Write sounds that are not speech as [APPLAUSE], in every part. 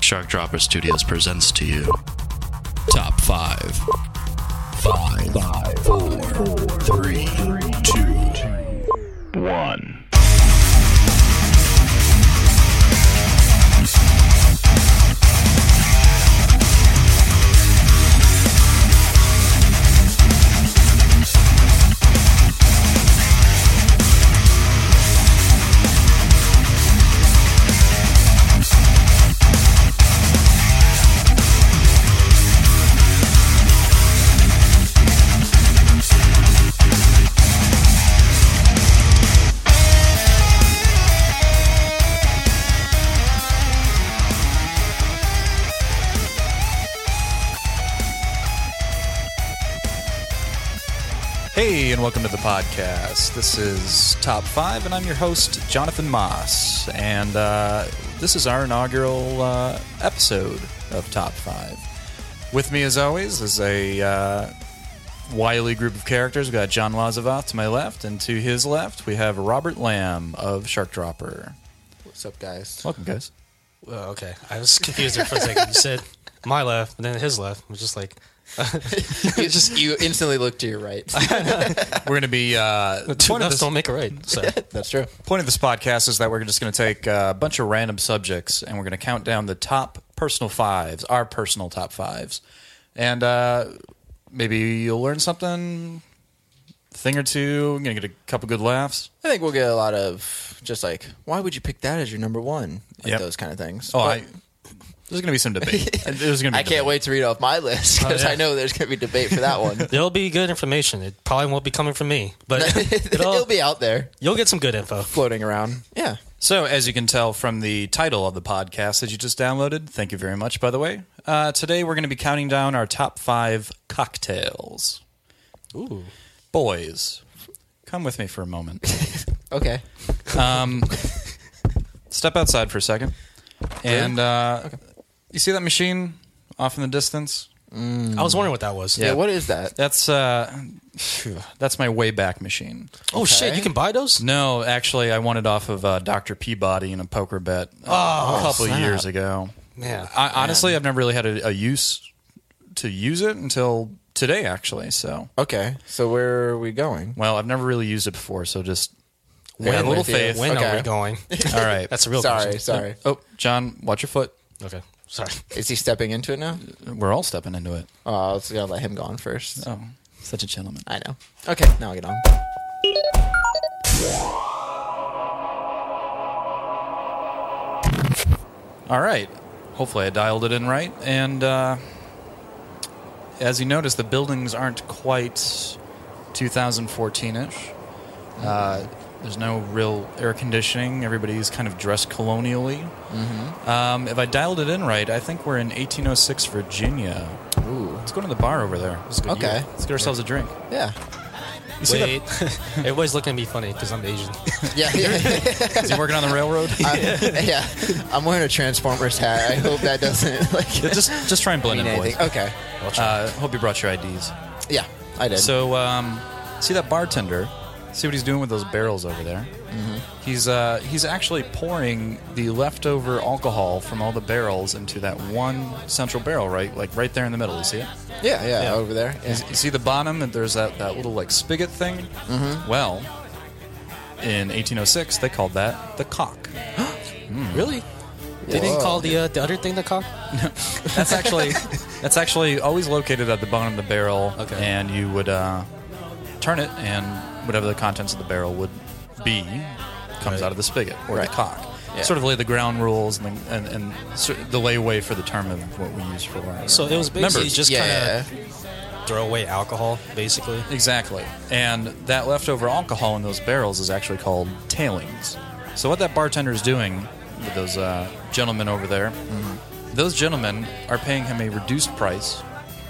Shark Dropper Studios presents to you Top 5. 5, five 4, 3, 2, 1. Hey, and welcome to the podcast. This is Top 5, and I'm your host, Jonathan Moss. And uh, this is our inaugural uh, episode of Top 5. With me, as always, is a uh, wily group of characters. We've got John Lazavoff to my left, and to his left, we have Robert Lamb of Shark Dropper. What's up, guys? Welcome, guys. Well, Oh, okay. I was confused there for a second. You said my left, and then his left. I was just like, [LAUGHS] you just you instantly look to your right. We're going to be. Uh, two point, of lefts this, don't make a right. So [LAUGHS] That's true. point of this podcast is that we're just going to take uh, a bunch of random subjects and we're going to count down the top personal fives, our personal top fives. And uh, maybe you'll learn something, thing or two. I'm going to get a couple good laughs. I think we'll get a lot of just like, why would you pick that as your number one? Like Yep. those kind of things. Oh, But I, there's going to be some debate. There's gonna be I can't wait to read off my [LAUGHS] list because I know there's going to be debate for that [LAUGHS] one. there'll be good information. It probably won't be coming from me, but [LAUGHS] [LAUGHS] it'll, It'll be out there you'll get some good info. floating around. Yeah. So, as you can tell from the title of the podcast that you just downloaded, thank you very much, by the way. Uh, today, we're going to be counting down our top five cocktails. Ooh. Boys, come with me for a moment. Okay. Um, [LAUGHS] step outside for a second. And uh, you see that machine off in the distance? I was wondering what that was. Yeah. what is that? That's uh, phew, that's my way back machine. Oh shit! You can buy those. No, actually, I won it off of uh, Doctor Peabody in a poker bet uh, Oh, a couple of years ago. Yeah. I, honestly, I've never really had a, a use to use it until today, actually. So, Okay. So where are we going? well, I've never really used it before. So just When, have a little with you. faith. When Okay. are we going? All [LAUGHS] right. That's a real sorry. question. Sorry. oh, John, watch your foot. Okay. Sorry. Is he stepping into it now? We're all stepping into it. Oh, I was going to let him go on first. Oh, such a gentleman. I know. Okay. Now I'll get on. All right. Hopefully, I dialed it in right. And uh, as you notice, the buildings aren't quite 2014 ish. Uh, there's no real air conditioning. Everybody's kind of dressed colonially. Mm-hmm. Um, if I dialed it in right, I think we're in 1806, Virginia. Ooh. Let's go to the bar over there. Let's go- Okay. Let's get ourselves a drink. Yeah. You see Wait. [LAUGHS] Everybody's looking at me funny because I'm Asian. Yeah. [LAUGHS] yeah. that? Is he working on the railroad? [LAUGHS] [LAUGHS] I- yeah, I'm wearing a Transformers hat. I hope that doesn't [LAUGHS] like just, just try and blend mean in, boys. anything. Okay, Uh, hope you brought your IDs. yeah, I did. So, um, see that bartender? See what he's doing with those barrels over there. He's uh, he's actually pouring the leftover alcohol from all the barrels into that one central barrel, right? Like right there in the middle. You see it? yeah, yeah, over there. Yeah. You see the bottom, and there's that, that little like spigot thing. Well, in 1806, they called that the cock. Really? They didn't Whoa. call the uh, the other thing the cock. That's [LAUGHS] actually that's actually always located at the bottom of the barrel, Okay. and you would uh, turn it, and whatever the contents of the barrel would be comes Right. out of the spigot or Right. the cock. Yeah. Sort of lay the ground rules and the, and, and sort of the layway for the term of what we use for. our So it was basically members. just yeah, kind of yeah, throw away alcohol, basically. Exactly. And that leftover alcohol in those barrels is actually called tailings. So, what that bartender is doing with those uh, gentlemen over there, those gentlemen are paying him a reduced price,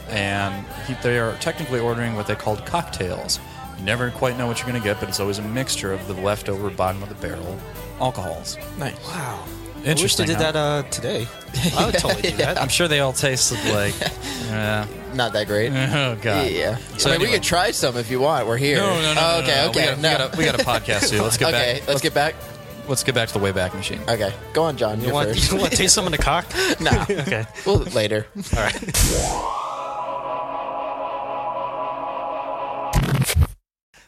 and he, they are technically ordering what they called cocktails. You never quite know what you're going to get, but it's always a mixture of the leftover bottom of the barrel alcohols. yeah. nice. Wow. I wish they Interesting, did huh? that uh, [LAUGHS] today. I would totally do that. I'm sure they all tasted [LAUGHS] like, uh, Not that great. oh Yeah, god. yeah. So I mean, we anyway. could try some if you want. We're here. No, no, no, Oh, no, okay, no, no. okay, We got, [LAUGHS] no. we got a, we got a podcast too. Let's get okay, back. let's get back. let's get back to the Wayback Machine. Okay, go on, John. You You're want, first. you want to taste someone [LAUGHS] to cock? [LAUGHS] nah, Okay. well, later. All right.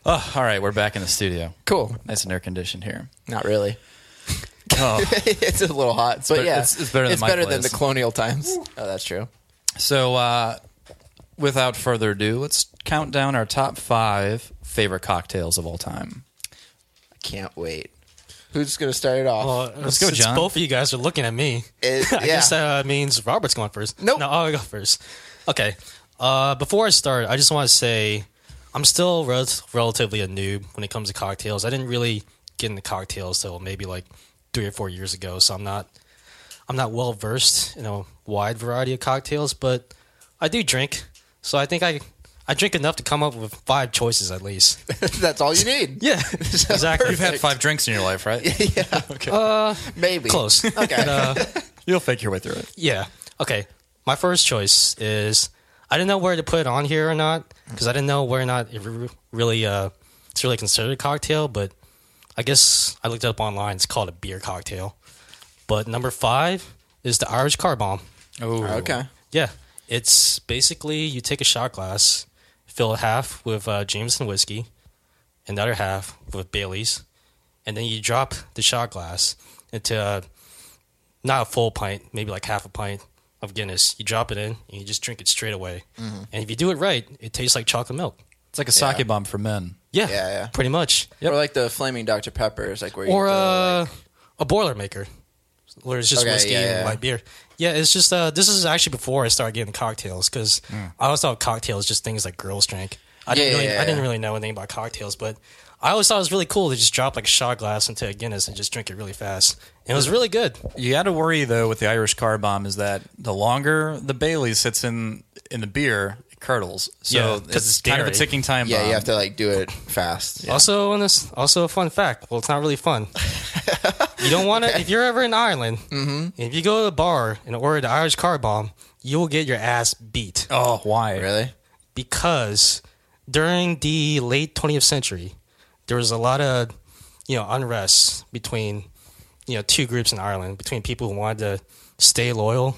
Oh, all right, we're back in the studio. Cool. Nice and air conditioned here. Not really. Oh, [LAUGHS] it's a little hot, but better- yeah, it's- it's better than my the place. colonial times. Oh, that's true. so uh, without further ado, let's count down our top five favorite cocktails of all time. I can't wait. Who's gonna start it off? Well, Let's go, since John. Both of you guys are looking at me. [LAUGHS] It- [LAUGHS] I yeah. guess that uh, means Robert's going first. Nope. No, I'll go first. Okay. Uh, before I start, I just want to say I'm still rel- relatively a noob when it comes to cocktails. I didn't really get into cocktails till maybe like three or four years ago, so I'm not I'm not well versed in a wide variety of cocktails, but I do drink, so I think I I drink enough to come up with five choices at [LAUGHS] least. that's all you need. Yeah, exactly. You've had [LAUGHS] five drinks in your life, right? [LAUGHS] Maybe close. Okay. You'll fake your way through it. Yeah. Okay. My first choice is I didn't know where to put it on here or not because I didn't know where or not it re- really uh it's really considered a cocktail, but I guess I looked it up online. It's called a beer cocktail. But number five is the Irish car bomb. Oh, okay. Yeah, it's basically you take a shot glass, fill it half with uh, Jameson whiskey, and the other half with Bailey's, and then you drop the shot glass into uh, not a full pint, maybe like half a pint of Guinness. You drop it in, and you just drink it straight away. Mm-hmm. And if you do it right, it tastes like chocolate milk. It's like a sake bomb for men. Yeah, Yeah, yeah. pretty much. Or like the flaming Dr Pepper is like where you Or go, uh, a boilermaker, where it's just Okay, whiskey yeah, yeah. and light beer. Yeah, it's just uh, this is actually before I started getting cocktails because I always thought cocktails just things like girls drank. I didn't Mm. Yeah, really, yeah, I didn't yeah. really know anything about cocktails, but I always thought it was really cool to just drop like a shot glass into a Guinness and just drink it really fast. And it was really good. You got to worry though with the Irish car bomb is that the longer the Bailey sits in in the beer, it curdles. Yeah, So 'cause it's, it's kind of a dairy. ticking time yeah, bomb. you have to like do it fast. Also, on this, also a fun fact. Well, it's not really fun. you [LAUGHS] don't want to if you're ever in Ireland. Mm-hmm. If you go to a bar and order the Irish car bomb, you will get your ass beat. Oh, why? Really? because during the late 20th century, there was a lot of you know unrest between you know two groups in Ireland between people who wanted to stay loyal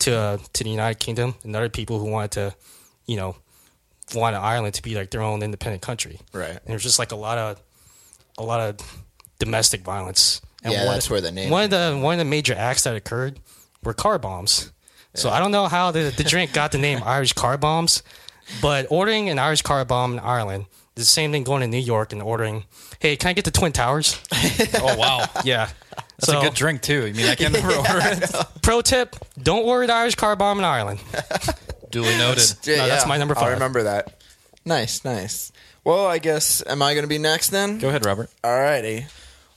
to uh, to the United Kingdom and other people who wanted to you know wanted Ireland to be like their own independent country. Right. And there's just like a lot of a lot of domestic violence. And Yeah, one, that's where the name One of the one of the major acts that occurred were car bombs. So I don't know how the, the drink got [LAUGHS] the name Irish car bombs, but ordering an Irish car bomb in Ireland is the same thing going to New York and ordering, hey, can I get the Twin [LAUGHS] Towers? Oh, wow. Yeah. That's so, a good drink too. I mean, I [LAUGHS] can never order it. pro tip don't order the Irish car bomb in Ireland. Duly noted. [LAUGHS] Yeah, No, that's yeah. my number I'll five. remember that. Nice, nice. Well, I guess am I gonna be next then? Go ahead, Robert. Alrighty.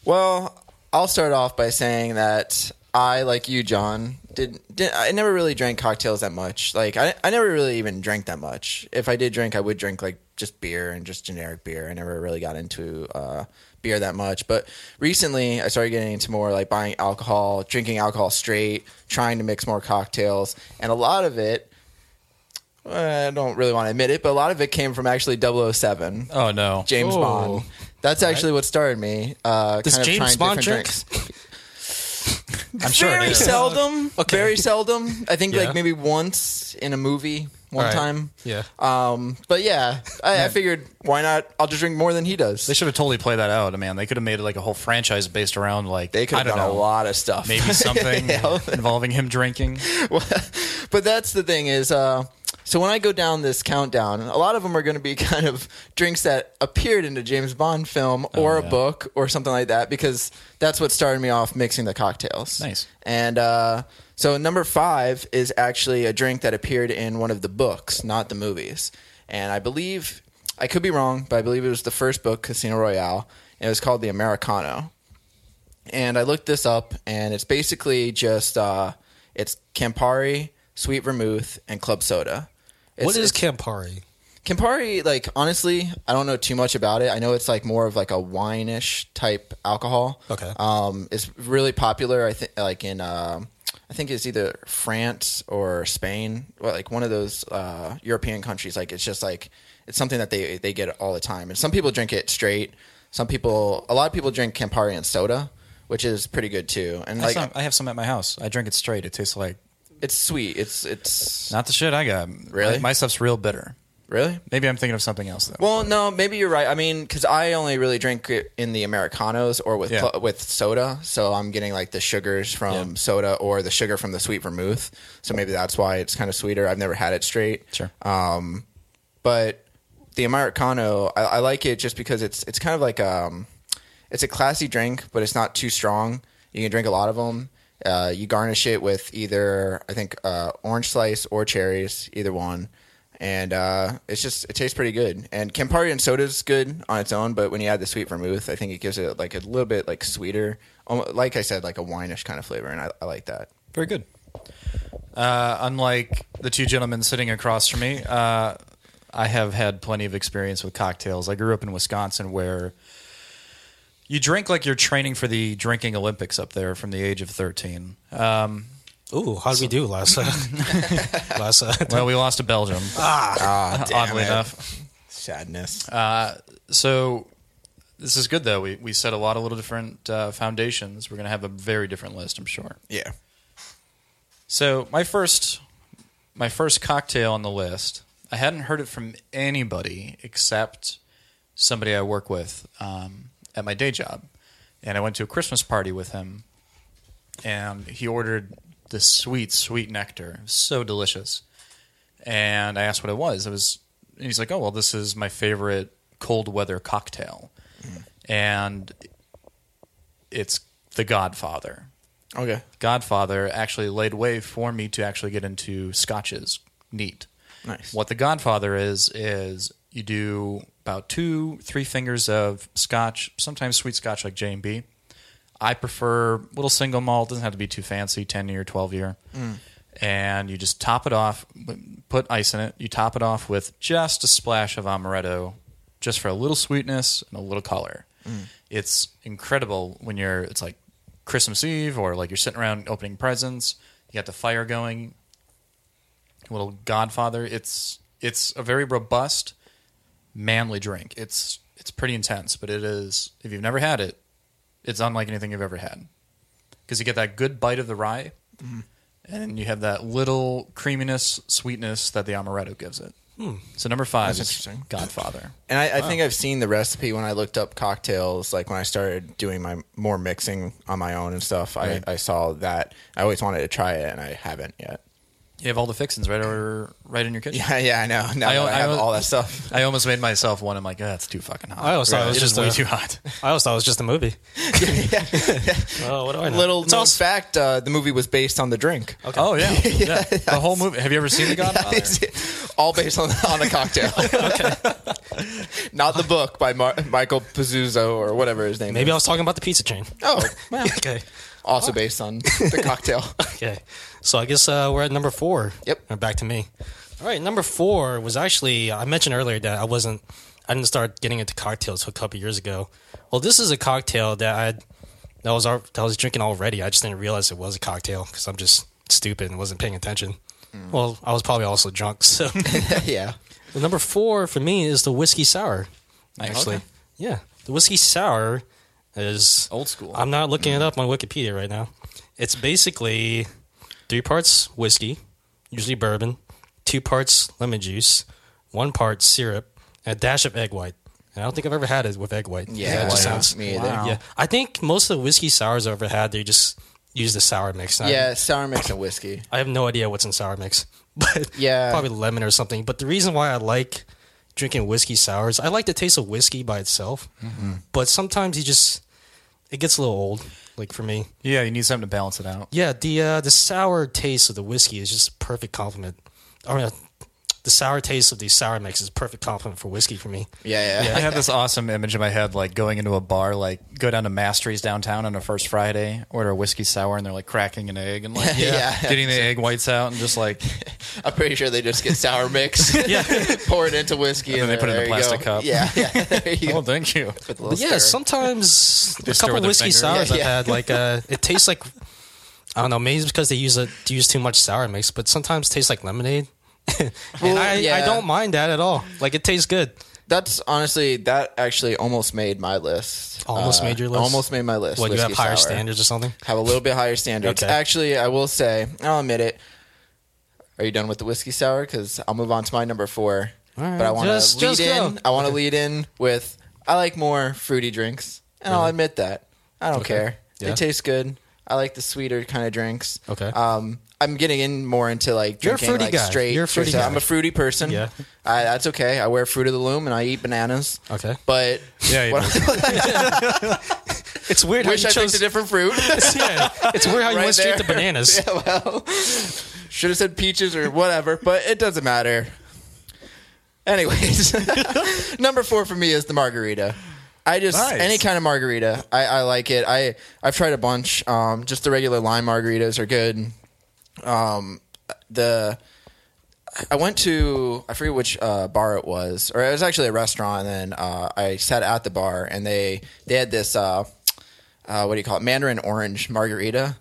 Well, I'll start off by saying that I, like you, John, did, did I never really drank cocktails that much. Like I, I never really even drank that much. If I did drink, I would drink like just beer and just generic beer. I never really got into uh, beer that much. But recently, I started getting into more like buying alcohol, drinking alcohol straight, trying to mix more cocktails, and a lot of it. well, I don't really want to admit it, but a lot of it came from actually 007. Oh no. James Oh. Bond. That's actually what started me. Uh, Does kind of James trying Bond different drink? drinks. I'm sure Very it is. seldom. Okay. Very seldom. I think Yeah. like maybe once in a movie, one All right. time. Yeah. Um, but yeah, I, I figured why not? I'll just drink more than he does. They should have totally played that out. I mean, they could have made it like a whole franchise based around like They could I have don't done a know, lot of stuff. [LAUGHS] Maybe something involving him drinking. Well, but that's the thing is uh, so when i go down this countdown a lot of them are going to be [LAUGHS] kind of drinks that appeared in a james bond film or Oh, yeah. a book or something like that because that's what started me off mixing the cocktails Nice. and uh, so number five is actually a drink that appeared in one of the books not the movies and i believe i could be wrong but i believe it was the first book casino royale and it was called the americano and I looked this up, and it's basically just uh, it's Campari, sweet vermouth, and club soda. It's, what is it's- Campari? Campari? Like honestly, I don't know too much about it. I know it's like more of like a wine-ish type alcohol. Okay. um, it's really popular. I think like in um I think it's either France or Spain, well, like one of those uh, European countries. Like it's just like it's something that they they get all the time, and some people drink it straight. Some people, a lot of people drink Campari and soda which is pretty good too. And I, have like some, I have some at my house. I drink it straight. It tastes like it's sweet. It's it's not the shit I got. Really? My, my stuff's real bitter. really Maybe I'm thinking of something else though. Well, no, maybe you're right. I mean, because I only really drink it in the americanos or with Yeah. pl- with soda, so I'm getting like the sugars from Yeah. soda or the sugar from the sweet vermouth. So maybe that's why it's kind of sweeter. I've never had it straight, sure. but the americano, I, I like it just because it's it's kind of like um, it's a classy drink, but it's not too strong. You can drink a lot of them. Uh, you garnish it with either I think uh, orange slice or cherries, either one, and uh, it's just it tastes pretty good. And Campari and soda is good on its own, but when you add the sweet vermouth, I think it gives it like a little bit like sweeter, almo- like I said, like a wineish kind of flavor, and I, I like that. Very good. Uh, unlike the two gentlemen sitting across from me, uh, I have had plenty of experience with cocktails. I grew up in Wisconsin where you drink like you're training for the drinking Olympics up there from the age of 13. Ooh, how'd we do [LAUGHS] last uh, [LAUGHS] last uh, Well, we lost to Belgium, Ah, oddly enough. sadness. So this is good, though. We, we set a lot of little different uh, foundations. We're going to have a very different list, I'm sure. yeah, So my first, my first cocktail on the list. I hadn't heard it from anybody except somebody I work with um, at my day job, and I went to a Christmas party with him, and he ordered this sweet, sweet nectar, It was so delicious. And I asked what it was. It was, and he's like, "Oh well, this is my favorite cold weather cocktail," and it's the Godfather. okay, Godfather actually laid way for me to actually get into scotches neat. nice. What the Godfather is is you do about two, three fingers of scotch, sometimes sweet scotch like J and B. I prefer little single malt. Doesn't have to be too fancy, ten year, twelve year. And you just top it off, put ice in it. You top it off with just a splash of amaretto, just for a little sweetness and a little color. It's incredible when you're. It's like Christmas Eve or like you're sitting around opening presents. You got the fire going little Godfather. It's it's a very robust, manly drink. It's it's pretty intense, but it is if you've never had it, it's unlike anything you've ever had because you get that good bite of the rye, Mm-hmm. and you have that little creaminess, sweetness that the amaretto gives it. Hmm. So number five That's is interesting. Godfather. And I, I think I've seen the recipe when I looked up cocktails, like when I started doing my more mixing on my own and stuff. Right. I, I saw that. I always wanted to try it, and I haven't yet. [LAUGHS] You have all the fixings right over right in your kitchen. Yeah, yeah, I know. Now I I, al- I I have al- all that [LAUGHS] stuff. I almost made myself one. I'm like, "Oh, that's too fucking hot. I always thought it was is just way a- too hot. I always thought it was just [LAUGHS] a movie. [LAUGHS] Oh, what do I know? Little It's known all s- fact: uh, the movie was based on the drink. Oh [LAUGHS] yeah, yeah. The whole movie. Have you ever seen The [LAUGHS] Godfather? all based on on a cocktail. [LAUGHS] Not the book by Mar- Michael Pizzuto or whatever his name. Maybe I is. was talking about the [LAUGHS] pizza chain. Oh, well, Okay. also based on the cocktail. [LAUGHS] Okay. So I guess uh, we're at number four. Yep. Uh, Back to me. All right. Number four was actually, I mentioned earlier that I wasn't, I didn't start getting into cocktails a couple years ago. Well, this is a cocktail that I, that was, al- that I was drinking already. I just didn't realize it was a cocktail because I'm just stupid and wasn't paying attention. Well, I was probably also drunk. [LAUGHS] So yeah, the number four for me is the whiskey sour. Actually, Okay. yeah. The whiskey sour is Old school. I'm not looking it up on Wikipedia right now. It's basically three parts whiskey, usually bourbon, two parts lemon juice, one part syrup, and a dash of egg white. And I don't think I've ever had it with egg white. yeah. That just yeah, sounds- me either. Wow. yeah. I think most of the whiskey sours I've ever had, they just use the sour mix. And I- Yeah, sour mix and whiskey. I have no idea what's in sour mix, [LAUGHS] but Yeah. probably lemon or something. But the reason why I like drinking whiskey sours, I like the taste of whiskey by itself, but sometimes you just it gets a little old, like for me. Yeah, you need something to balance it out. Yeah, the uh, the sour taste of the whiskey is just a perfect compliment. I mean, uh, the sour taste of the sour mix is a perfect compliment for whiskey for me. Yeah, yeah. I have this awesome image in my head, like going into a bar, like go down to Mastery's downtown on a first Friday, order a whiskey sour, and they're like cracking an egg and like Yeah. [LAUGHS] getting the egg whites out and just like I'm pretty sure they just get sour mix, Yeah. [LAUGHS] pour it into whiskey, And and, then they put it in a there you plastic go. cup. Yeah, yeah. There you oh, go. thank you. With a But little yeah, stir. [LAUGHS] sometimes Just a stir couple with their whiskey finger. sours Yeah, I've yeah. had, like uh, [LAUGHS] it tastes like I don't know, maybe it's because they use a, use too much sour mix, but sometimes it tastes like lemonade. [LAUGHS] and Well, I, I yeah. don't mind that at all. Like it tastes good. that's honestly that actually almost made my list. Uh, Almost made your list? Almost made my list. What, you have Whiskey higher sour. standards or something? Have a little bit higher standards. Okay. Actually, I will say, I'll admit it. Are you done with the whiskey sour? Because I'll move on to my number four. All right. But I want Just- to lead just go. in. I want to lead in with I like more fruity drinks, and I'll admit that. I don't care. Yeah. They taste good. I like the sweeter kind of drinks. Okay. Um, I'm getting in more into like You're a drinking fruity like guy. straight. You're a fruity so guy. I'm a fruity person. Yeah. I, that's okay. I wear fruit of the loom and I eat bananas. Okay. But Yeah, you [LAUGHS] what- It's weird wish how I you chose. picked a different [LAUGHS] fruit. yeah, [LAUGHS] it's weird how you Right went straight to there. bananas. [LAUGHS] yeah, well, should have said peaches or whatever, but it doesn't matter. Anyways, [LAUGHS] number four for me is the margarita. I just Nice. any kind of margarita, I, I like it. I I've tried a bunch. Um, just the regular lime margaritas are good. Um, the I went to I forget which uh, bar it was, or it was actually a restaurant. And then uh, I sat at the bar, and they they had this uh, uh, what do you call it, Mandarin orange margarita.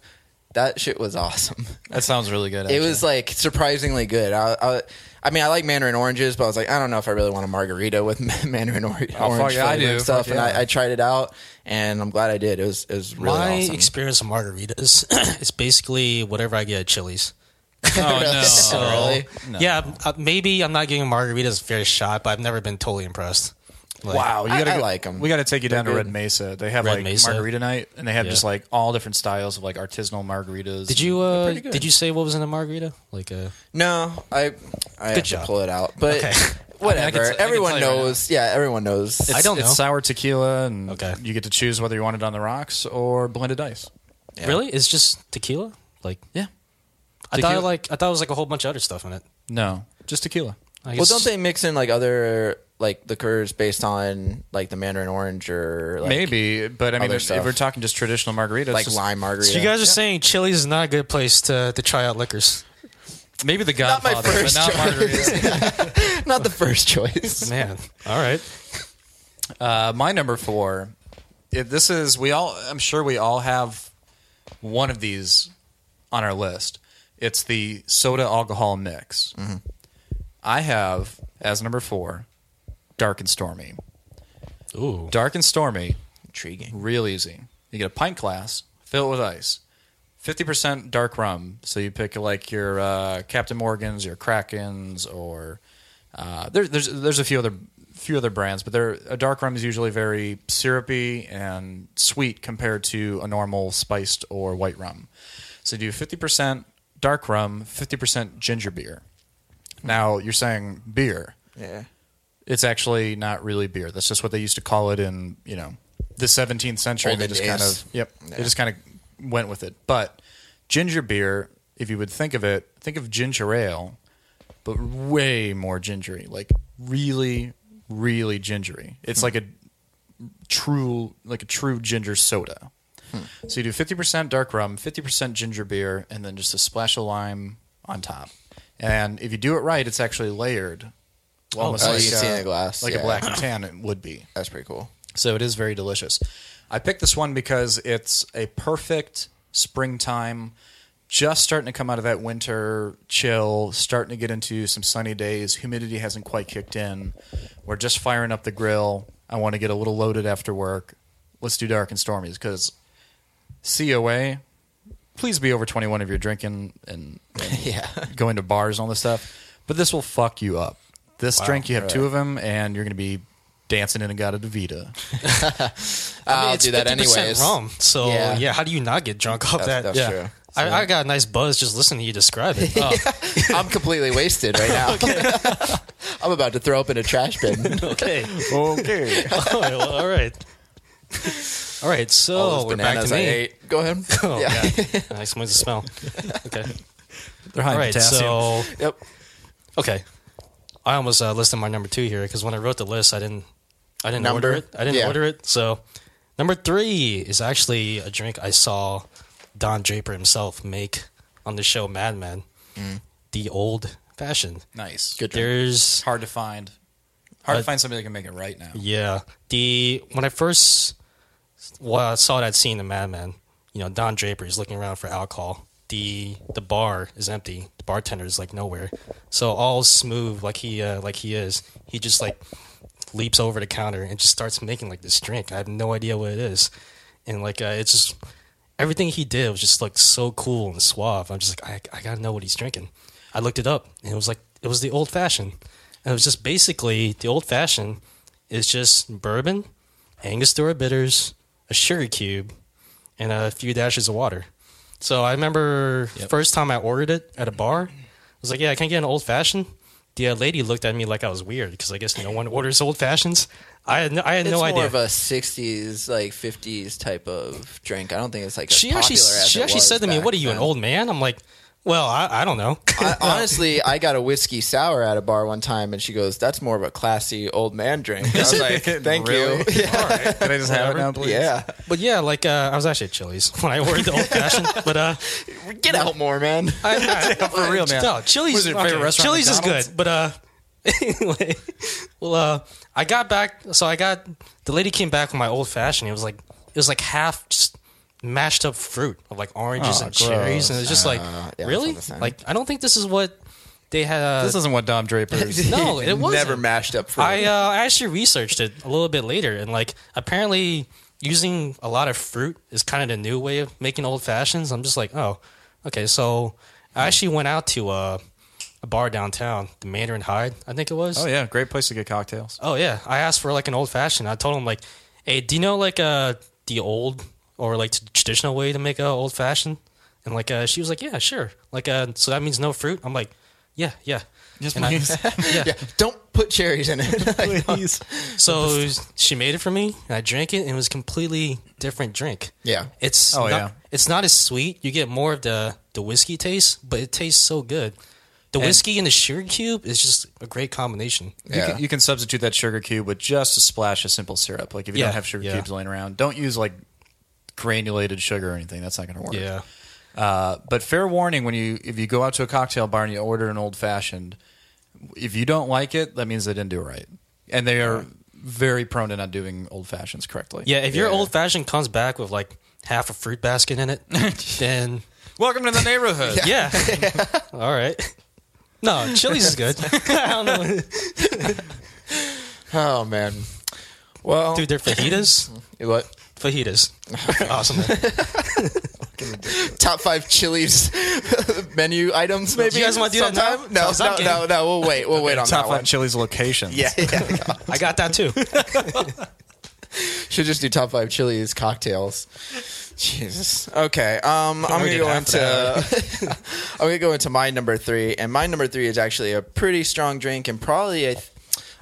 That shit was awesome. That sounds really good. It was like surprisingly good. I, I, I mean, I like Mandarin oranges, but I was like, I don't know if I really want a margarita with [LAUGHS] Mandarin or- orange Oh, fuck yeah, I flavor and do. stuff. Fuck And yeah. I, I tried it out, and I'm glad I did. It was it was really My awesome. experience with margaritas [CLEARS THROAT] is basically whatever I get at Chili's. [LAUGHS] Oh, Really? no. So, really? No. yeah, uh, maybe I'm not giving margaritas a fair shot, but I've never been totally impressed. Like, wow, you I- I gotta like them. We got to take you down to good. Red Mesa. They have Red like Mesa. margarita night, and they have Yeah. just like all different styles of like artisanal margaritas. Did you uh, pretty good. did you say what was in a margarita? Like uh, No, I I have job. to pull it out, but [LAUGHS] Okay. I mean, I whatever. can t- I can everyone tell you right knows. yeah, everyone knows. I don't it's know. sour tequila, and Okay. you get to choose whether you want it on the rocks or blended ice. Yeah. really? It's just tequila? Like Yeah. I thought Tequila- it, like I thought it was like a whole bunch of other stuff in it. No, just tequila. I well, guess- don't they mix in like other like liqueurs based on like the Mandarin orange or like, Maybe, but I mean, other if if stuff. we're talking just traditional margaritas, like just- lime margarita? So you guys are saying Chili's is not a good place to to try out liquors. maybe the Not my Godfather, but first not choice. margaritas. [LAUGHS] not the [LAUGHS] first choice. Man, [LAUGHS] all right. Uh, my number four. If this is we all. I'm sure we all have one of these on our list. It's the soda alcohol mix. Mm-hmm. I have as number four, dark and stormy. Ooh, Dark and stormy, Intriguing. real easy. You get a pint glass, fill it with ice. Fifty percent dark rum. So you pick like your uh, Captain Morgans, your Krakens, or uh, there, there's there's a few other few other brands, but they're a dark rum is usually very syrupy and sweet compared to a normal spiced or white rum. So do fifty percent dark rum, fifty percent ginger beer. Now you're saying beer Yeah. it's actually not really beer. That's just what they used to call it in you know the 17th century. Olden they just kind days. of yep. They just kind of went with it. But ginger beer, if you would think of it, think of ginger ale, but way more gingery. Like really, really gingery. Hmm. It's like a true like a true ginger soda. So you do 50% dark rum, 50% ginger beer, and then just a splash of lime on top. And if you do it right, it's actually layered. Almost Oh, you can see in the glass, Like a yeah. black and tan it would be. That's pretty cool. So it is very delicious. I picked this one because it's a perfect springtime, just starting to come out of that winter chill, starting to get into some sunny days. Humidity hasn't quite kicked in. We're just firing up the grill. I want to get a little loaded after work. Let's do dark and stormies because COA, please be over 21 if you're drinking and, [LAUGHS] and Yeah. going to bars and all this stuff. But this will fuck you up. This drink, you have two of them, and you're going to be dancing in a Gata Vita. I'll it's do that 50% anyways. Rum. So yeah. Yeah. how do you not get drunk off That's- that? that's Yeah. true. I, I got a nice buzz just listening to you describe [LAUGHS] it. Oh, I'm completely wasted right [LAUGHS] now. [LAUGHS] I'm about to throw up in a trash bin. [LAUGHS] okay. okay. [LAUGHS] all right. Well, all right. All right. All So those we're back bananas to I me. ate. Go [LAUGHS] ahead. Oh, yeah. yeah. nice one's [LAUGHS] the smell. Okay. They're high All in right. potassium. So Yep. okay, I almost uh, listed my number two here because when I wrote the list, I didn't, I didn't Number? order it. I didn't Yeah. order it. So number three is actually a drink I saw Don Draper himself make on the show Mad Men, the old fashioned. nice. Mm. Good drink. There's Hard to find. Hard Uh, to find somebody that can make it right now. Yeah. The when I first well, I saw that scene in Mad Men, you know, Don Draper is looking around for alcohol. The the bar is empty. The bartender is like nowhere. So all smooth like he uh, like he is, he just like leaps over the counter and just starts making like this drink. I have no idea what it is, and like uh, it's just everything he did was just like so cool and suave. I'm just like I, I gotta know what he's drinking. I looked it up and it was like it was the old fashioned. And it was just basically the old fashioned is just bourbon, Angostura bitters, a sugar cube, and a few dashes of water. So I remember first time I ordered it at a bar. I was like, "Yeah, can I get an old fashioned?" The uh, lady looked at me like I was weird because I guess no one orders old fashions. I had no, I had it's no more idea. of a '60s, like '50s type of drink. I don't think it's like as she actually popular as she it actually was said to me, back "What are you, an then." old man?" I'm like, "Well, I, I don't know." I, honestly, I got a whiskey sour at a bar one time, and she goes, "That's more of a classy old man drink." I was like, [LAUGHS] "Thank you." All right. [LAUGHS] Can I just have it now, please? [LAUGHS] Yeah, [LAUGHS] but yeah, like uh, I was actually at Chili's when I [LAUGHS] ordered the old fashioned. But uh, get out more, man. I, [LAUGHS] I, For real, man. No, Chili's. What is your favorite okay, restaurant, Chili's McDonald's? is good, but uh, [LAUGHS] anyway, well, uh, I got back. So I got the lady came back with my old fashioned. It was like it was like half just mashed up fruit of like oranges Oh, Uh, and cherries, and it was just like yeah, that's really not the same. like I don't think this is what they had. Uh, This isn't what Dom [LAUGHS] Draper's. [LAUGHS] no, Oh, it wasn't. never mashed up fruit. I uh, I actually researched it a little bit later, and like apparently using a lot of fruit is kind of the new way of making old fashions. I'm just like, oh, okay. So I actually went out to uh, a bar downtown, the Mandarin Hyde, I think it was. Oh yeah, great place to get cocktails. Oh yeah, I asked for like an old fashioned. I told him like, "Hey, do you know like uh the old or like t- traditional way to make a old fashioned?" And like uh, she was like, "Yeah, sure." Like uh, so that means no fruit. I'm like, "Yeah, yeah." Yes, And I- please. [LAUGHS] yeah, don't put cherries in it. [LAUGHS] Like, [LAUGHS] please. So she made it for me, and I drank it, and it was a completely different drink. Yeah. it's Oh, not, yeah. it's not as sweet. You get more of the the whiskey taste, but it tastes so good. The whiskey and the sugar cube is just a great combination. You, Yeah. can, you can substitute that sugar cube with just a splash of simple syrup. Like if you Yeah, don't have sugar yeah. cubes laying around, don't use like granulated sugar or anything. That's not going to work. Yeah, Uh, but fair warning when you if you go out to a cocktail bar and you order an old fashioned, if you don't like it, that means they didn't do it right, and they are very prone to not doing old fashions correctly. yeah. If your old fashioned comes back with like half a fruit basket in it, then Welcome to the neighborhood. yeah, [LAUGHS] all right. No, Chili's is good. [LAUGHS] I don't know. oh man. Well, Dude, they're fajitas. what? Fajitas, awesome. Top five Chili's [LAUGHS] menu items, maybe. you guys wanna do that now? sometime? No, Sounds no, like no, no. We'll wait. We'll [LAUGHS] wait on Top that five one. Chili's locations. [LAUGHS] Yeah, yeah. I got that too. Should just do top five Chili's cocktails. Jesus. Okay. Um, I'm We gonna did go half an into. [LAUGHS] I'm gonna go into my number three, and my number three is actually a pretty strong drink, and probably I,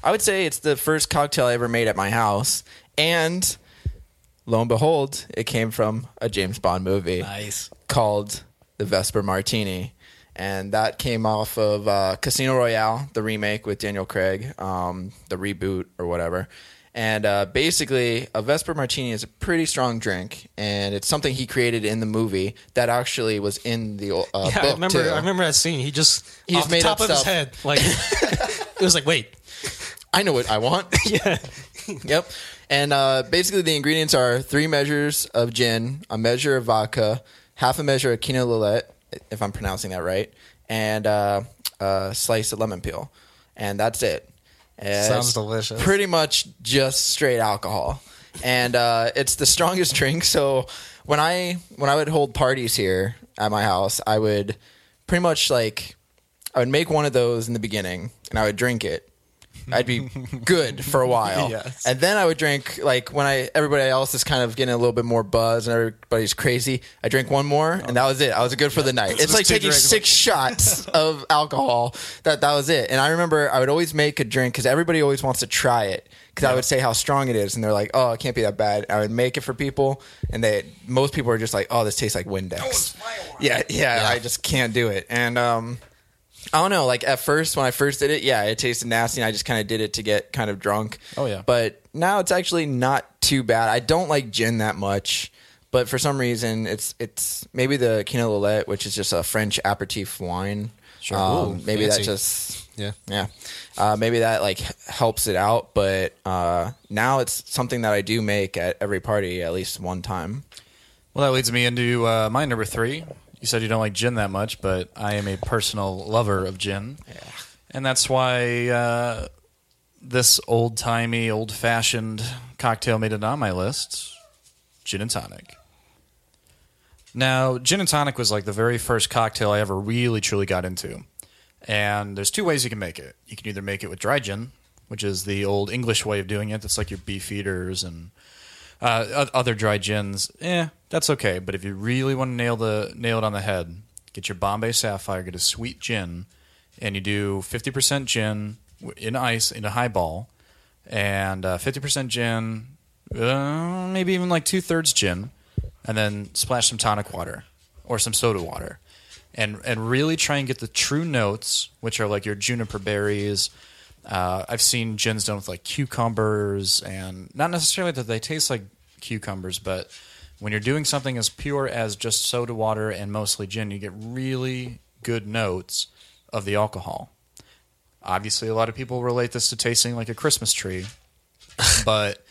I would say it's the first cocktail I ever made at my house, and lo and behold, it came from a James Bond movie Nice. called the Vesper Martini, and that came off of uh, Casino Royale, the remake with Daniel Craig, um, the reboot or whatever. And uh, basically, a Vesper Martini is a pretty strong drink, and it's something he created in the movie that actually was in the uh, Yeah, book I remember. too. I remember that scene. He just He just off made the top up of his stuff. head. [LAUGHS] Like [LAUGHS] it was like, wait, I know what I want. [LAUGHS] yeah. [LAUGHS] yep. And uh, basically, the ingredients are three measures of gin, a measure of vodka, half a measure of quinoa lillet, if I'm pronouncing that right, and uh, a slice of lemon peel. And that's it. And Sounds it's delicious. Pretty much just straight alcohol. And uh, it's the strongest [LAUGHS] drink. So when I when I would hold parties here at my house, I would pretty much like I would make one of those in the beginning and I would drink it. I'd [LAUGHS] be good for a while. Yes. And then I would drink like when I everybody else is kind of getting a little bit more buzz and everybody's crazy. I drink one more and that was it. I was good for the night. It's, just like two taking drinks. six shots of alcohol. That that was it. And I remember I would always make a drink because everybody always wants to try it. Because I would say how strong it is, and they're like, "Oh, it can't be that bad." I would make it for people, and they most people are just like, "Oh, this tastes like Windex." Yeah, yeah, I just can't do it. And um, I don't know. Like at first, when I first did it, yeah, it tasted nasty, and I just kind of did it to get kind of drunk. Oh, yeah. But now it's actually not too bad. I don't like gin that much, but for some reason, it's it's maybe the Quino Lillet, which is just a French aperitif wine. Sure. Ooh, maybe that fancy. just yeah. yeah. Uh, maybe that like h- helps it out, but uh, now it's something that I do make at every party at least one time. Well, that leads me into uh, my number three. You said you don't like gin that much, but I am a personal lover of gin, and that's why uh, this old timey, old fashioned cocktail made it on my list gin and tonic. Now, gin and tonic was like the very first cocktail I ever really truly got into. And there's two ways you can make it. You can either make it with dry gin, which is the old English way of doing it. That's like your beef eaters and uh, o- other dry gins. Eh, that's okay. But if you really want to nail the nail it on the head, get your Bombay Sapphire, get a sweet gin, and you do 50% gin w- in ice in a highball, and uh, 50% gin, uh, maybe even like two thirds gin, and then splash some tonic water or some soda water, and and really try and get the true notes, which are like your juniper berries. Uh, I've seen gins done with like cucumbers, and not necessarily that they taste like cucumbers, but when you're doing something as pure as just soda water and mostly gin, you get really good notes of the alcohol. Obviously, a lot of people relate this to tasting like a Christmas tree, [LAUGHS] but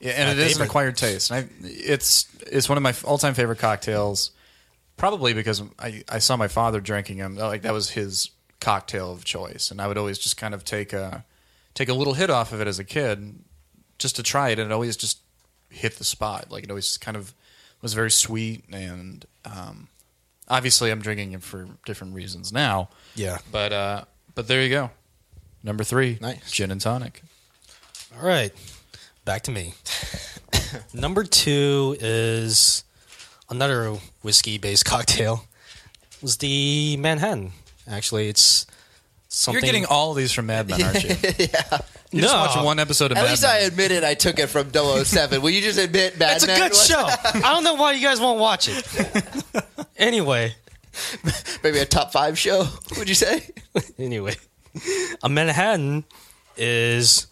yeah, and it is an favorite. acquired taste. And I, it's it's one of my all time favorite cocktails, probably because I, I saw my father drinking them. Like that was his cocktail of choice, and I would always just kind of take a take a little hit off of it as a kid, just to try it, and it always just hit the spot. Like it always kind of was very sweet, and um, obviously I'm drinking it for different reasons now. Yeah. But uh, but there you go. Number three, Nice. gin and tonic. All right, back [LAUGHS] to me. Number two is another whiskey-based cocktail. It was the Manhattan? Actually, it's something. You're getting all of these from Mad Men, [LAUGHS] aren't you? You no. just watch one episode of At Mad least Men. I admitted I took it from 007. Will you just admit Mad It's a Men [LAUGHS] good [LAUGHS] was- show. I don't know why you guys won't watch [LAUGHS] it. anyway, Maybe a top five show, [LAUGHS] would you say? anyway, a Manhattan is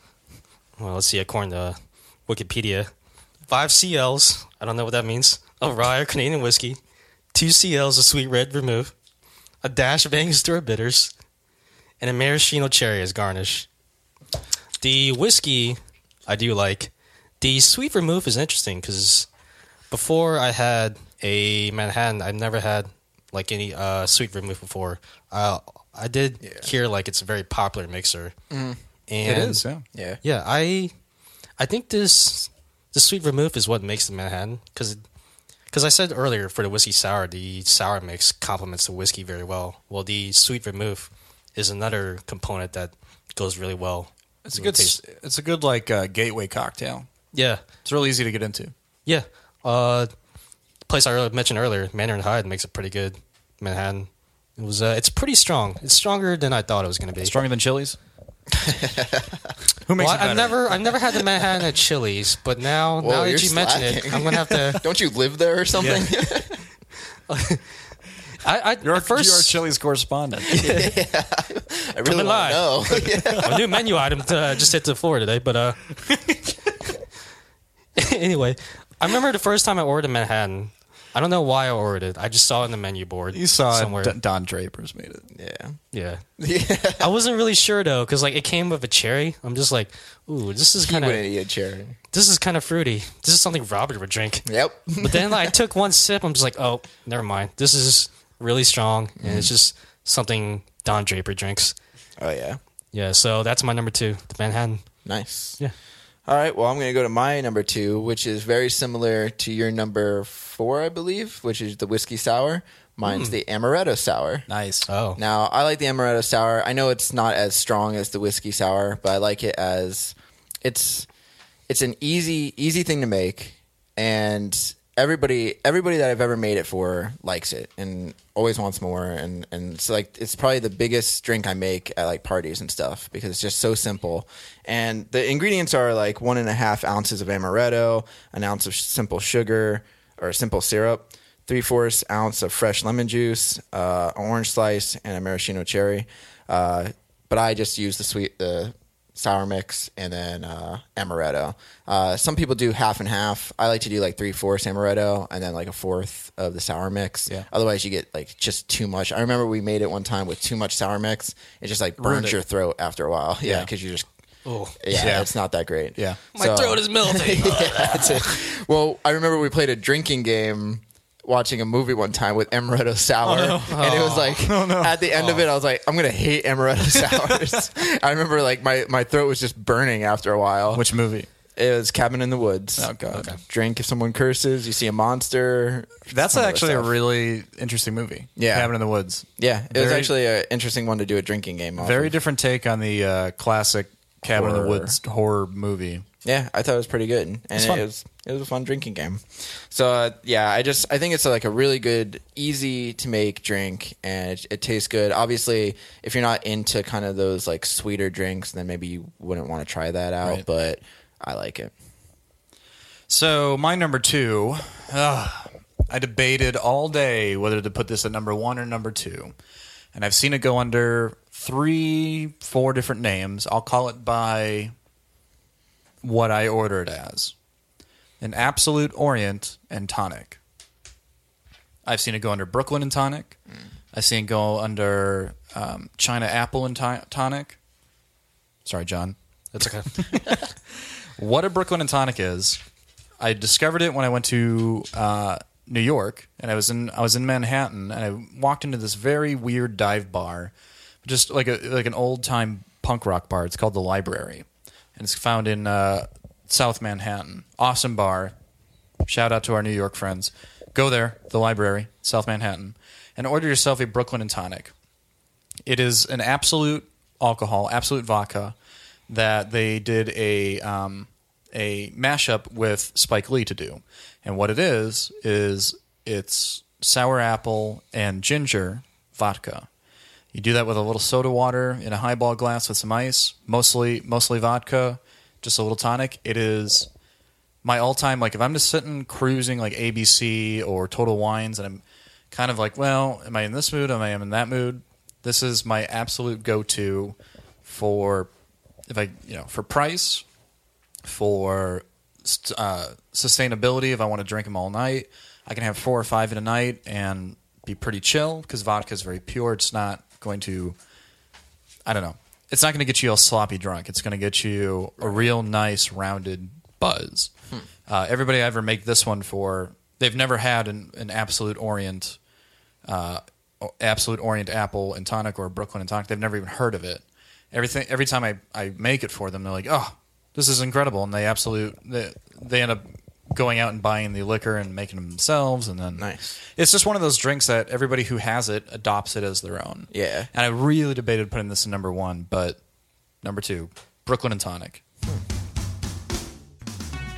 well. Let's see. According to Wikipedia, five CLs. I don't know what that means. Of rye or Canadian whiskey, two CLs of sweet red vermouth, a dash of Angostura bitters, and a maraschino cherry as garnish. The whiskey I do like. The sweet vermouth is interesting because before I had a Manhattan, I've never had like any uh, sweet vermouth before. Uh, I did hear like it's a very popular mixer. Mm. It And is, yeah. Yeah. yeah, I I think this the sweet vermouth is what makes the Manhattan because because I said earlier for the whiskey sour, the sour mix complements the whiskey very well. Well, the sweet vermouth is another component that goes really well. It's a with good. the taste. It's a good like uh, gateway cocktail. Yeah, It's really easy to get into. yeah. Uh, place I earlier- mentioned earlier, Manor and Hyde makes a pretty good Manhattan. It was. Uh, it's pretty strong. It's stronger than I thought it was going to be. Stronger than Chili's. [LAUGHS] Who makes Well, it better? I've never, I've never had the Manhattan at Chili's, but now, Whoa, now you're that you mention it, slacking. [LAUGHS] I'm gonna have to. Don't you live there or something? I, I You're our, at first you Chili's [LAUGHS] correspondent. [LAUGHS] I really and want to live. know. Yeah. a new menu item to, uh, just hit the floor today. But uh, [LAUGHS] anyway, I remember the first time I ordered a Manhattan. I don't know why I ordered it. I just saw it on the menu board. you saw somewhere. it. D- Don Draper's made it. yeah. [LAUGHS] yeah, Yeah. [LAUGHS] I wasn't really sure though, because like it came with a cherry. I'm just like, ooh, this is He kind wouldn't of eat a cherry. this is kind of fruity. This is something Robert would drink. Yep. [LAUGHS] But then like, I took one sip. I'm just like, oh, never mind. This is really strong, and Mm-hmm. it's just something Don Draper drinks. Oh, yeah. Yeah, so that's my number two, the Manhattan. Nice. Yeah. All right. Well, I'm going to go to my number two, which is very similar to your number four, I believe, which is the whiskey sour. Mine's the amaretto sour. Nice. Oh, Now, I like the amaretto sour. I know it's not as strong as the whiskey sour, but I like it as it's it's an easy easy thing to make, and everybody everybody that I've ever made it for likes it and always wants more. And and it's like it's probably the biggest drink I make at like parties and stuff because it's just so simple. And the ingredients are like one and a half ounces of amaretto, an ounce of simple sugar or simple syrup three fourths ounce of fresh lemon juice, uh, an orange slice, and a maraschino cherry. Uh, but I just use the sweet, the sour mix, and then uh, amaretto. Uh, some people do half and half. I like to do like three fourths amaretto and then like a fourth of the sour mix. Yeah. Otherwise, you get like just too much. I remember we made it one time with too much sour mix. It just like Ruined burns it. your throat after a while. [LAUGHS] Yeah, Yeah. because you just. oh. Yeah, Yeah. it's not that great. Yeah. My So- throat is melting. yeah, that's it. Well, I remember we played a drinking game watching a movie one time with amaretto sour, Oh, and it was like at the end of it, I was like, I'm gonna hate amaretto [LAUGHS] sours. I remember like my my throat was just burning after a while. Which movie? It was Cabin in the Woods. Oh, God. Okay. Drink if someone curses. You see a monster. That's some of that actually a stuff. really interesting movie. Yeah. Cabin in the Woods. yeah. It was very- actually an interesting one to do a drinking game. Off Very of. different take on the uh, classic Cabin in the Horror. Woods horror movie. yeah, I thought it was pretty good, and it fun. was it was a fun drinking game. So uh, yeah, I just I think it's like a really good, easy to make drink, and it, it tastes good. Obviously, if you're not into kind of those like sweeter drinks, then maybe you wouldn't want to try that out. Right. But I like it. So my number two, ugh, I debated all day whether to put this at number one or number two, and I've seen it go under three, four different names. I'll call it by what I order it as: an absolute Orient and tonic. I've seen it go under Brooklyn and tonic. I've seen it go under um, China apple and ti- tonic. Sorry, John. That's okay. what a Brooklyn and tonic is. I discovered it when I went to uh, New York, and I was in I was in Manhattan, and I walked into this very weird dive bar, just like a like an old time punk rock bar. It's called the Library, and it's found in uh, South Manhattan. Awesome bar. Shout out to our New York friends. Go there, the Library, South Manhattan, and order yourself a Brooklyn and tonic. It is an absolute alcohol, absolute vodka that they did a um, a mashup with Spike Lee to do. And what it is is it's sour apple and ginger vodka. You do that with a little soda water in a highball glass with some ice, mostly mostly vodka, just a little tonic. It is my all time like if I'm just sitting cruising like ABC or Total Wines and I'm kind of like, well, am I in this mood? Am I in that mood? This is my absolute go to for if I you know for price, for st- uh, sustainability. If I want to drink them all night, I can have four or five in a night and be pretty chill because vodka is very pure. It's not going to I don't know. It's not going to get you all sloppy drunk. It's going to get you a real nice rounded buzz. Uh, everybody I ever make this one for, they've never had an, an absolute Orient, uh, o- absolute Orient apple and tonic or Brooklyn and tonic. They've never even heard of it. Everything every time I, I make it for them, they're like, oh, this is incredible, and they absolute they, they end up going out and buying the liquor and making them themselves, and then Nice. It's just one of those drinks that everybody who has it adopts it as their own. Yeah. And I really debated putting this in number one, but number two, Brooklyn and Tonic.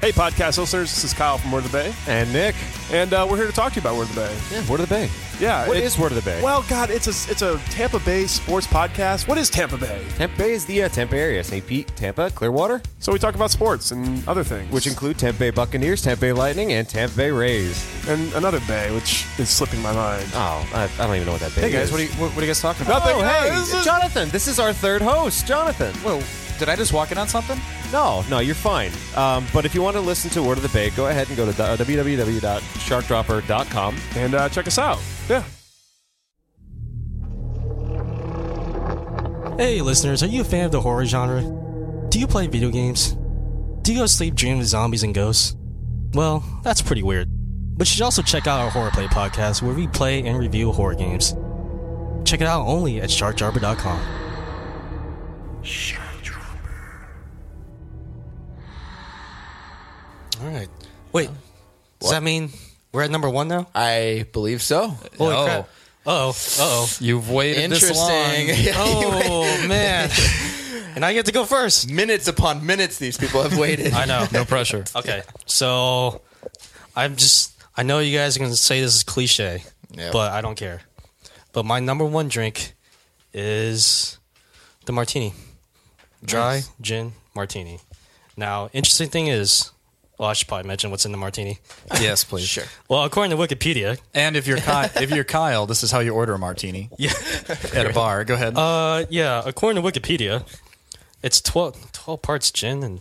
Hey, podcast listeners, this is Kyle from Word of the Bay, And Nick, and uh, we're here to talk to you about Word of the Bay. yeah, word of the bay. Yeah, what it- is word of the bay? Well, God, it's a it's a Tampa Bay sports podcast. What is Tampa Bay? Tampa Bay is the uh, Tampa area. St. Pete, Tampa, Clearwater, So we talk about sports and other things, which include Tampa Bay Buccaneers, Tampa Bay Lightning, and Tampa Bay Rays. and another bay, which is slipping my mind. Oh, I, I don't even know what that bay Hey guys, is. what are you, what, what are you guys talking about? Nothing. Oh, Hey, hey, this is- Jonathan, this is our third host, Jonathan. Whoa, did I just walk in on something? No, no, you're fine. Um, but if you want to listen to Word of the Bay, go ahead and go to the- uh, www.sharkdropper.com. And uh, check us out. Yeah. Hey, listeners, are you a fan of the horror genre? Do you play video games? Do you go to sleep dreaming of zombies and ghosts? Well, that's pretty weird. But you should also check out our Horror Play podcast where we play and review horror games. Check it out only at sharkjarber.com. All right. Wait. Does that mean we're at number one now? I believe so. Holy No. crap. Uh-oh. Uh-oh. You've waited this [LAUGHS] long. Interesting. Oh, man. [LAUGHS] And I get to go first. minutes upon minutes, these people have [LAUGHS] waited. [LAUGHS] I know. No pressure. Okay. So I'm just I know you guys are gonna say this is cliche, Yeah. but I don't care. But my number one drink is the martini. Dry Nice. gin martini. Now, interesting thing is well, I should probably mention what's in the martini. yes, please. Sure. Well, according to Wikipedia, And if you're Kyle, if you're Kyle, this is how you order a martini yeah, at a bar. Go ahead. uh, yeah, according to Wikipedia, it's 12, 12 parts gin and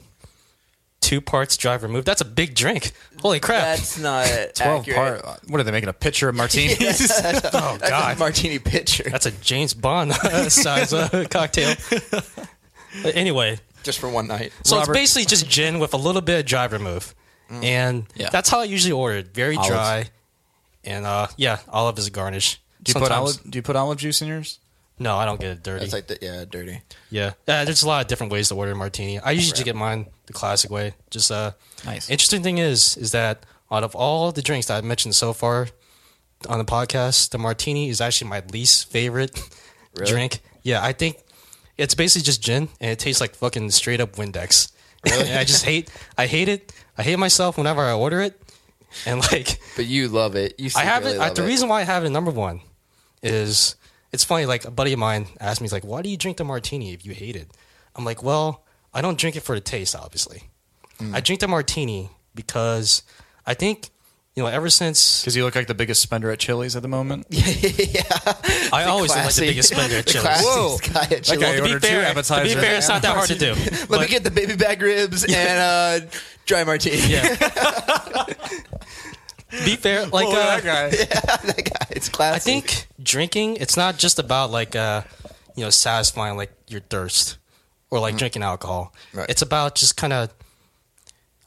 two parts dry vermouth. That's a big drink. Holy crap! That's not Twelve accurate. part. What are they making a pitcher of [LAUGHS] martinis? oh [LAUGHS] god, martini pitcher That's a James Bond size uh, [LAUGHS] cocktail. But anyway, just for one night. so Robert- Mm. it's basically just gin with a little bit of dry vermouth, and Yeah. that's how I usually order it. Very Olives. dry, And uh, yeah, olive is a garnish. Do you put Sometimes- olive? Do you put olive juice in yours? No, I don't get it dirty. That's like the, yeah, dirty. yeah, uh, there's a lot of different ways to order a martini. I usually just get mine the classic way. Just uh, Nice. Interesting thing is, is that out of all the drinks that I've mentioned so far on the podcast, the martini is actually my least favorite [LAUGHS] drink. Yeah, I think it's basically just gin, and it tastes like fucking straight up Windex. [LAUGHS] And I just hate, I hate it. I hate myself whenever I order it, and like But you love it. You I have secretly it. I, Love the reason why I have it at number one is it's funny. Like a buddy of mine asked me, he's like, "Why do you drink the martini if you hate it?" I'm like, "Well, I don't drink it for the taste, obviously. I drink the martini because I think you know. Ever since Because you look like the biggest spender at Chili's at the moment. [LAUGHS] I always look like classy- the biggest spender [LAUGHS] at the Chili's. classy Whoa. guy at Chili's. guy To be ordered two fair, to be appetizers. fair, it's not that hard to do. Let me get the baby back ribs and uh, dry martini. [LAUGHS] Be fair, like Look uh, at that guy. it's classy. I think drinking, it's not just about like uh, you know satisfying like your thirst or like drinking alcohol. Right. It's about just kind of.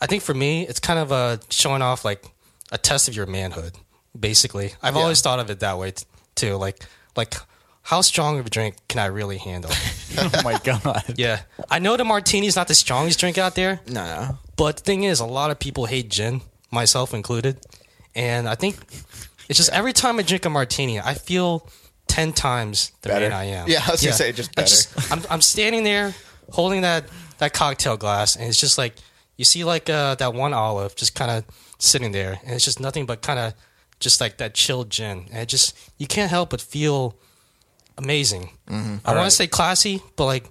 I think for me, it's kind of uh, showing off like a test of your manhood. Basically, I've always thought of it that way t- too. Like like how strong of a drink can I really handle? Oh my god. yeah, I know the martini is not the strongest drink out there. no, no. But the thing is, a lot of people hate gin, myself included. And I think it's just every time I drink a martini, I feel 10 times the Better. man I am. Yeah, I was gonna say just I I'm, I'm standing there holding that, that cocktail glass, and it's just like, you see like uh, that one olive just kind of sitting there, and it's just nothing but kind of just like that chilled gin. And it just, you can't help but feel amazing. Mm-hmm. I want to say classy, but like,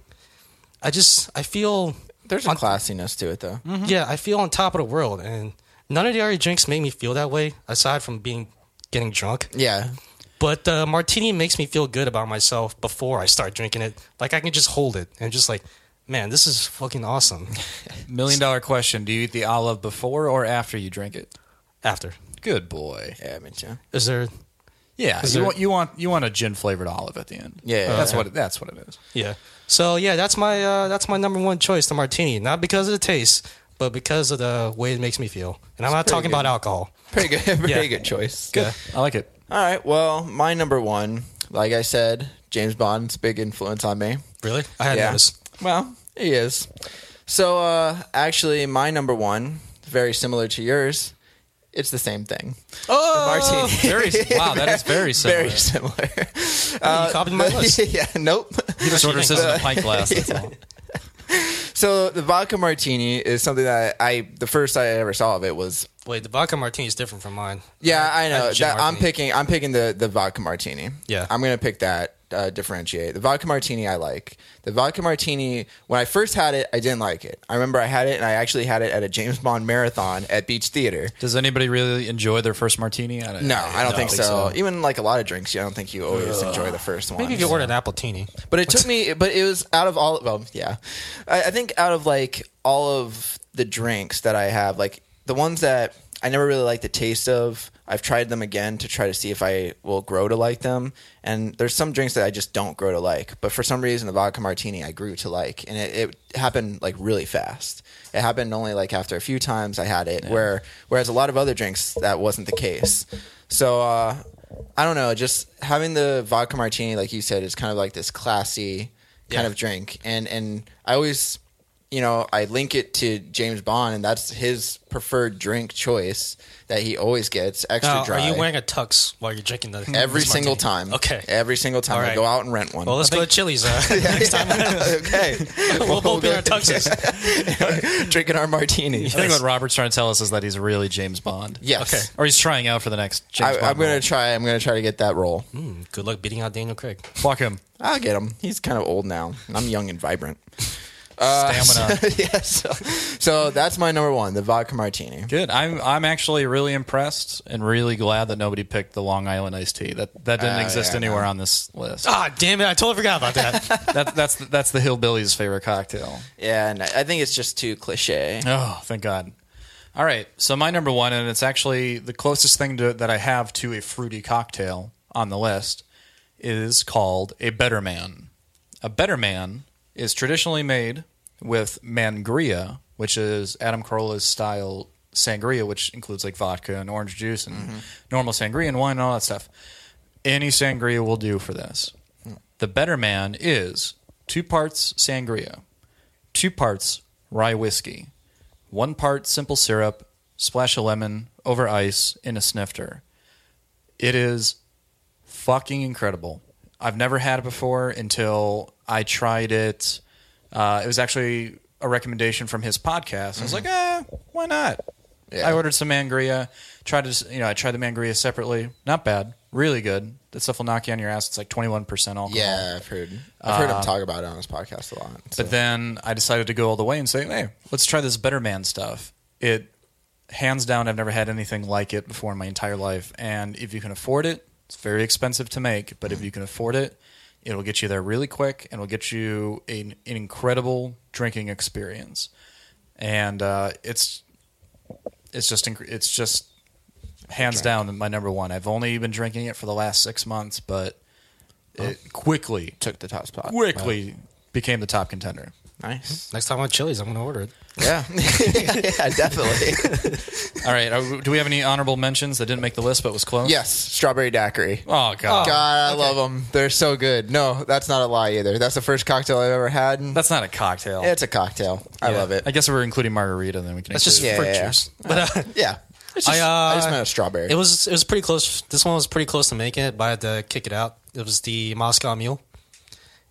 I just, I feel There's a classiness to it, though. yeah, I feel on top of the world, and none of the other drinks make me feel that way aside from being getting drunk. Yeah, But the martini makes me feel good about myself before I start drinking it. Like I can just hold it and just like, man, this is [LAUGHS] fucking awesome. Million dollar question: Do you eat the olive before or after you drink it? After Good boy. yeah, me too. is there, Yeah, Is you there- want you want you want a gin flavored olive at the end. Yeah, yeah, that's yeah. what it, that's what it is. yeah. So yeah, that's my uh, that's my number one choice, the martini. Not because of the taste, but because of the way it makes me feel. And I'm not pretty talking good. about alcohol. Pretty good. [LAUGHS] Pretty Yeah. good choice. Good. I like it. All right. Well, my number one, like I said, James Bond's big influence on me. Really? I had Yeah. noticed. Well, he is. So, uh, actually, my number one, very similar to yours. It's the same thing. Oh, the martini. Very wow, that is very similar. Very [LAUGHS] similar. you Uh, [LAUGHS] copied my list. yeah. Nope. He just orders this in a pint glass. That's [LAUGHS] all. So the vodka martini is something that I the first I ever saw of it was Wait, the vodka martini is different from mine. Yeah, I had know. gin That, I'm martini. picking. I'm picking the the vodka martini. Yeah. I'm gonna pick that. Uh, differentiate the vodka martini. I like the vodka martini. When I first had it, I didn't like it. I remember I had it, and I actually had it at a James Bond marathon at Beach Theater. Does anybody really enjoy their first martini? I don't, No, I don't think so. Even like a lot of drinks, I don't think you always enjoy the first one. Maybe if you order an appletini. But it took me. But it was out of all. Well, yeah, I, I think out of like all of the drinks that I have, like the ones that I never really liked the taste of. I've tried them again to try to see if I will grow to like them. And there's some drinks that I just don't grow to like. But for some reason, the vodka martini I grew to like, and it, it happened like really fast. It happened only like after a few times I had it. Where whereas a lot of other drinks that wasn't the case. So uh, I don't know. Just having the vodka martini, like you said, is kind of like this classy kind Yeah. of drink, and and I always, you know, I link it to James Bond, and that's his preferred drink choice that he always gets extra Now, dry. Are you wearing a tux while you're drinking the every this single martini? time? Okay. every single time. All I right. go out and rent one. well, let's [LAUGHS] go to Chili's. Uh, [LAUGHS] next time [LAUGHS] okay, we'll both be in our tuxes. [LAUGHS] drinking our martinis. I think what Robert's trying to tell us is that he's really James Bond. Yes. Okay. Or he's trying out for the next James I, Bond. I'm gonna role. try. I'm gonna try to get that role. Hmm, [LAUGHS] Good luck beating out Daniel Craig. fuck him. I'll get him. He's kind of old now. and I'm young and vibrant. Uh, [LAUGHS] Stamina. yeah. So, so that's my number one, the vodka martini. Good. I'm I'm actually really impressed and really glad that nobody picked the Long Island iced tea. That that didn't Oh, exist yeah, anywhere no. on this list. Ah, damn it! I totally forgot [LAUGHS] about that. that, that's the, that's the hillbilly's favorite cocktail. Yeah, and I I think it's just too cliche. Oh, thank God. All right. So my number one, and it's actually the closest thing to, that I have to a fruity cocktail on the list, is called a Better Man. A Better Man is traditionally made with mangria, which is Adam Carolla's style sangria, which includes like vodka and orange juice and normal sangria and wine and all that stuff. Any sangria will do for this. The better man is two parts sangria, two parts rye whiskey, one part simple syrup, splash of lemon over ice in a snifter. It is fucking incredible. I've never had it before until I tried it. Uh, it was actually a recommendation from his podcast. I was like, eh, why not? Mm-hmm. Yeah. I ordered some mangria. Tried to, you know, I tried the mangria separately. Not bad. Really good. That stuff will knock you on your ass. It's like twenty one percent alcohol. Yeah, I've heard. I've heard him talk about it on his podcast a lot. so- But then I decided to go all the way and say, hey, let's try this Better Man stuff. It, hands down, I've never had anything like it before in my entire life. And if you can afford it, it's very expensive to make, but if you can afford it, it'll get you there really quick and it'll get you an, an incredible drinking experience. And uh, it's it's just inc- it's just hands down my number one. I've only been drinking it for the last six months, but it quickly took the top spot. quickly became the top contender. Nice. Next time I'm at Chili's, I'm gonna order it. [LAUGHS] Yeah. yeah, definitely. All right. Are, do we have any honorable mentions that didn't make the list but was close? [LAUGHS] yes, strawberry daiquiri. Oh god. God, I love them. They're so good. No, that's not a lie either. That's the first cocktail I've ever had. and That's not a cocktail. It's a cocktail. Oh. I Yeah. love it. I guess if we're including margarita, then we can. That's just include- Yeah, fruit yeah, yeah. juice. [LAUGHS] But uh, yeah. It's I, just- I just uh, meant a strawberry. [LAUGHS] it was it was pretty close. This one was pretty close to making it, but I had to kick it out. It was the Moscow Mule.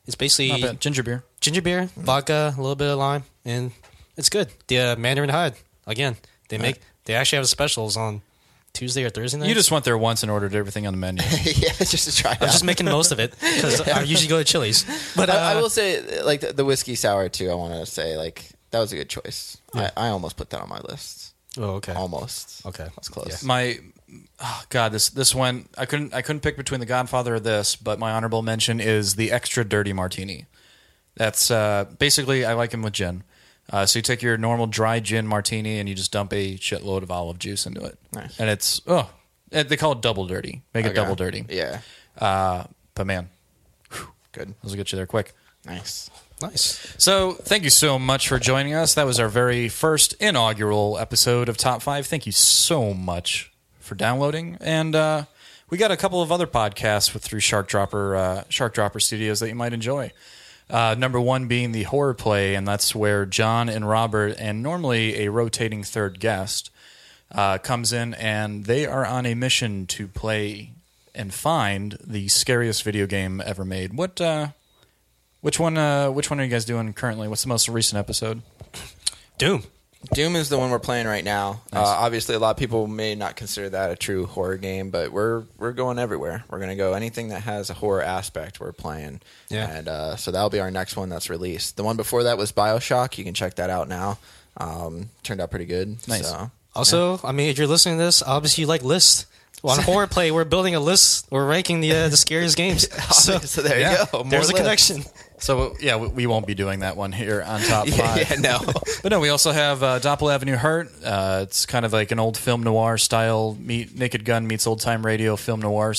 It's Not basically bad. ginger beer. ginger beer, Mm. vodka, a little bit of lime, and it's good. The uh, Mandarin Hide again. They make they actually have specials on Tuesday or Thursday night. You just went there once and ordered everything on the menu. yeah, just to try it I'm out. just making the most of it [LAUGHS] because I usually go to Chili's. But uh, I, I will say, like the, the whiskey sour too. I want to say, like that was a good choice. I, I almost put that on my list. Oh, okay. Almost. Okay. that's close. Yeah. my oh god, this this one I couldn't I couldn't pick between the Godfather or this, but my honorable mention is the extra dirty martini. That's uh, basically I like him with gin. Uh, so you take your normal dry gin martini and you just dump a shitload of olive juice into it, Nice. and it's oh and they call it double dirty. Make it Okay. double dirty. Yeah, Uh, but man, good. Those will get you there quick. Nice. nice. So, thank you so much for joining us. That was our very first inaugural episode of Top 5. Thank you so much for downloading. And uh, we got a couple of other podcasts with, through Shark Dropper, uh, Shark Dropper Studios that you might enjoy. Uh, number one being the horror play, and that's where John and Robert, and normally a rotating third guest, uh, comes in and they are on a mission to play and find the scariest video game ever made. What uh, which one? Uh, which one are you guys doing currently? What's the most recent episode? Doom. Doom is the one we're playing right now. Uh, obviously, a lot of people may not consider that a true horror game, but we're we're going everywhere. We're going to go anything that has a horror aspect. We're playing, Yeah. And uh, so that'll be our next one that's released. The one before that was Bioshock. You can check that out now. Um, turned out pretty good. Nice. So. Also, I mean, if you're listening to this, obviously you like lists. [LAUGHS] Well, on horror play, we're building a list. We're ranking the uh, the scariest [LAUGHS] games. [LAUGHS] So, So there Yeah. you go. More there's a lists. connection. So yeah, we, we won't be doing that one here [LAUGHS] on top Yeah, five. yeah, [LAUGHS] no. But no, we also have uh, Doppel Avenue Hurt. Uh, it's kind of like an old film noir style meet Naked Gun meets old time radio film noir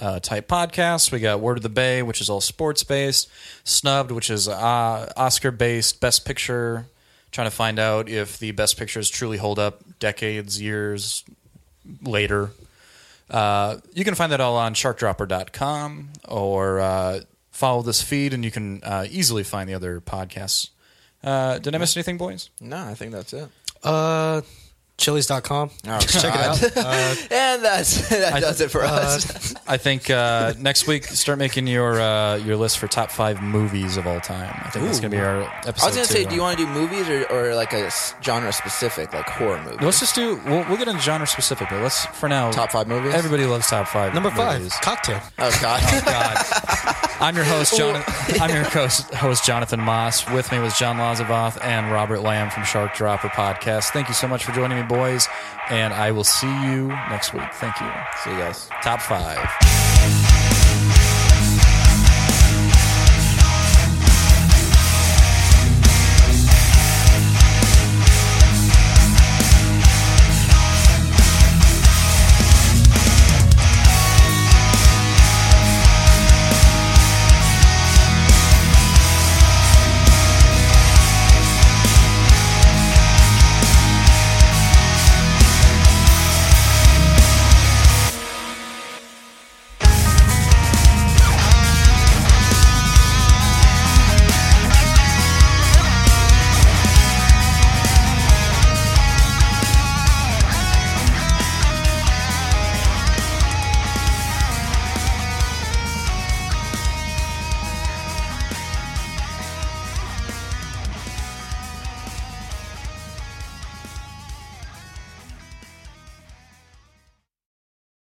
uh, type podcast. We got Word of the Bay, which is all sports based. Snubbed, which is uh, Oscar based, Best Picture. Trying to find out if the Best Pictures truly hold up decades, years later. Uh, you can find that all on sharkdropper.com or uh, follow this feed and you can uh, easily find the other podcasts. Uh, did I miss anything, boys? No, I think that's it. Uh, Chili's.com. Check it out. Uh, [LAUGHS] And that's that does it for us. I think uh, next week start making your uh, your list for top five movies of all time. I think that's gonna be our episode. I was gonna two. say, do you want to do movies or, or like a genre specific, like horror movies? Let's just do. We'll, we'll get into genre specific, but let's for now. Top five movies? Everybody loves top five. number five, movies. Cocktail. Oh God. God. I'm your host, John. I'm your host, host, Jonathan Moss. With me was John Lazavoth and Robert Lamb from Shark Dropper Podcast. Thank you so much for joining me, boys, and I will [LAUGHS] see you next week. Thank you. See you guys. Top five.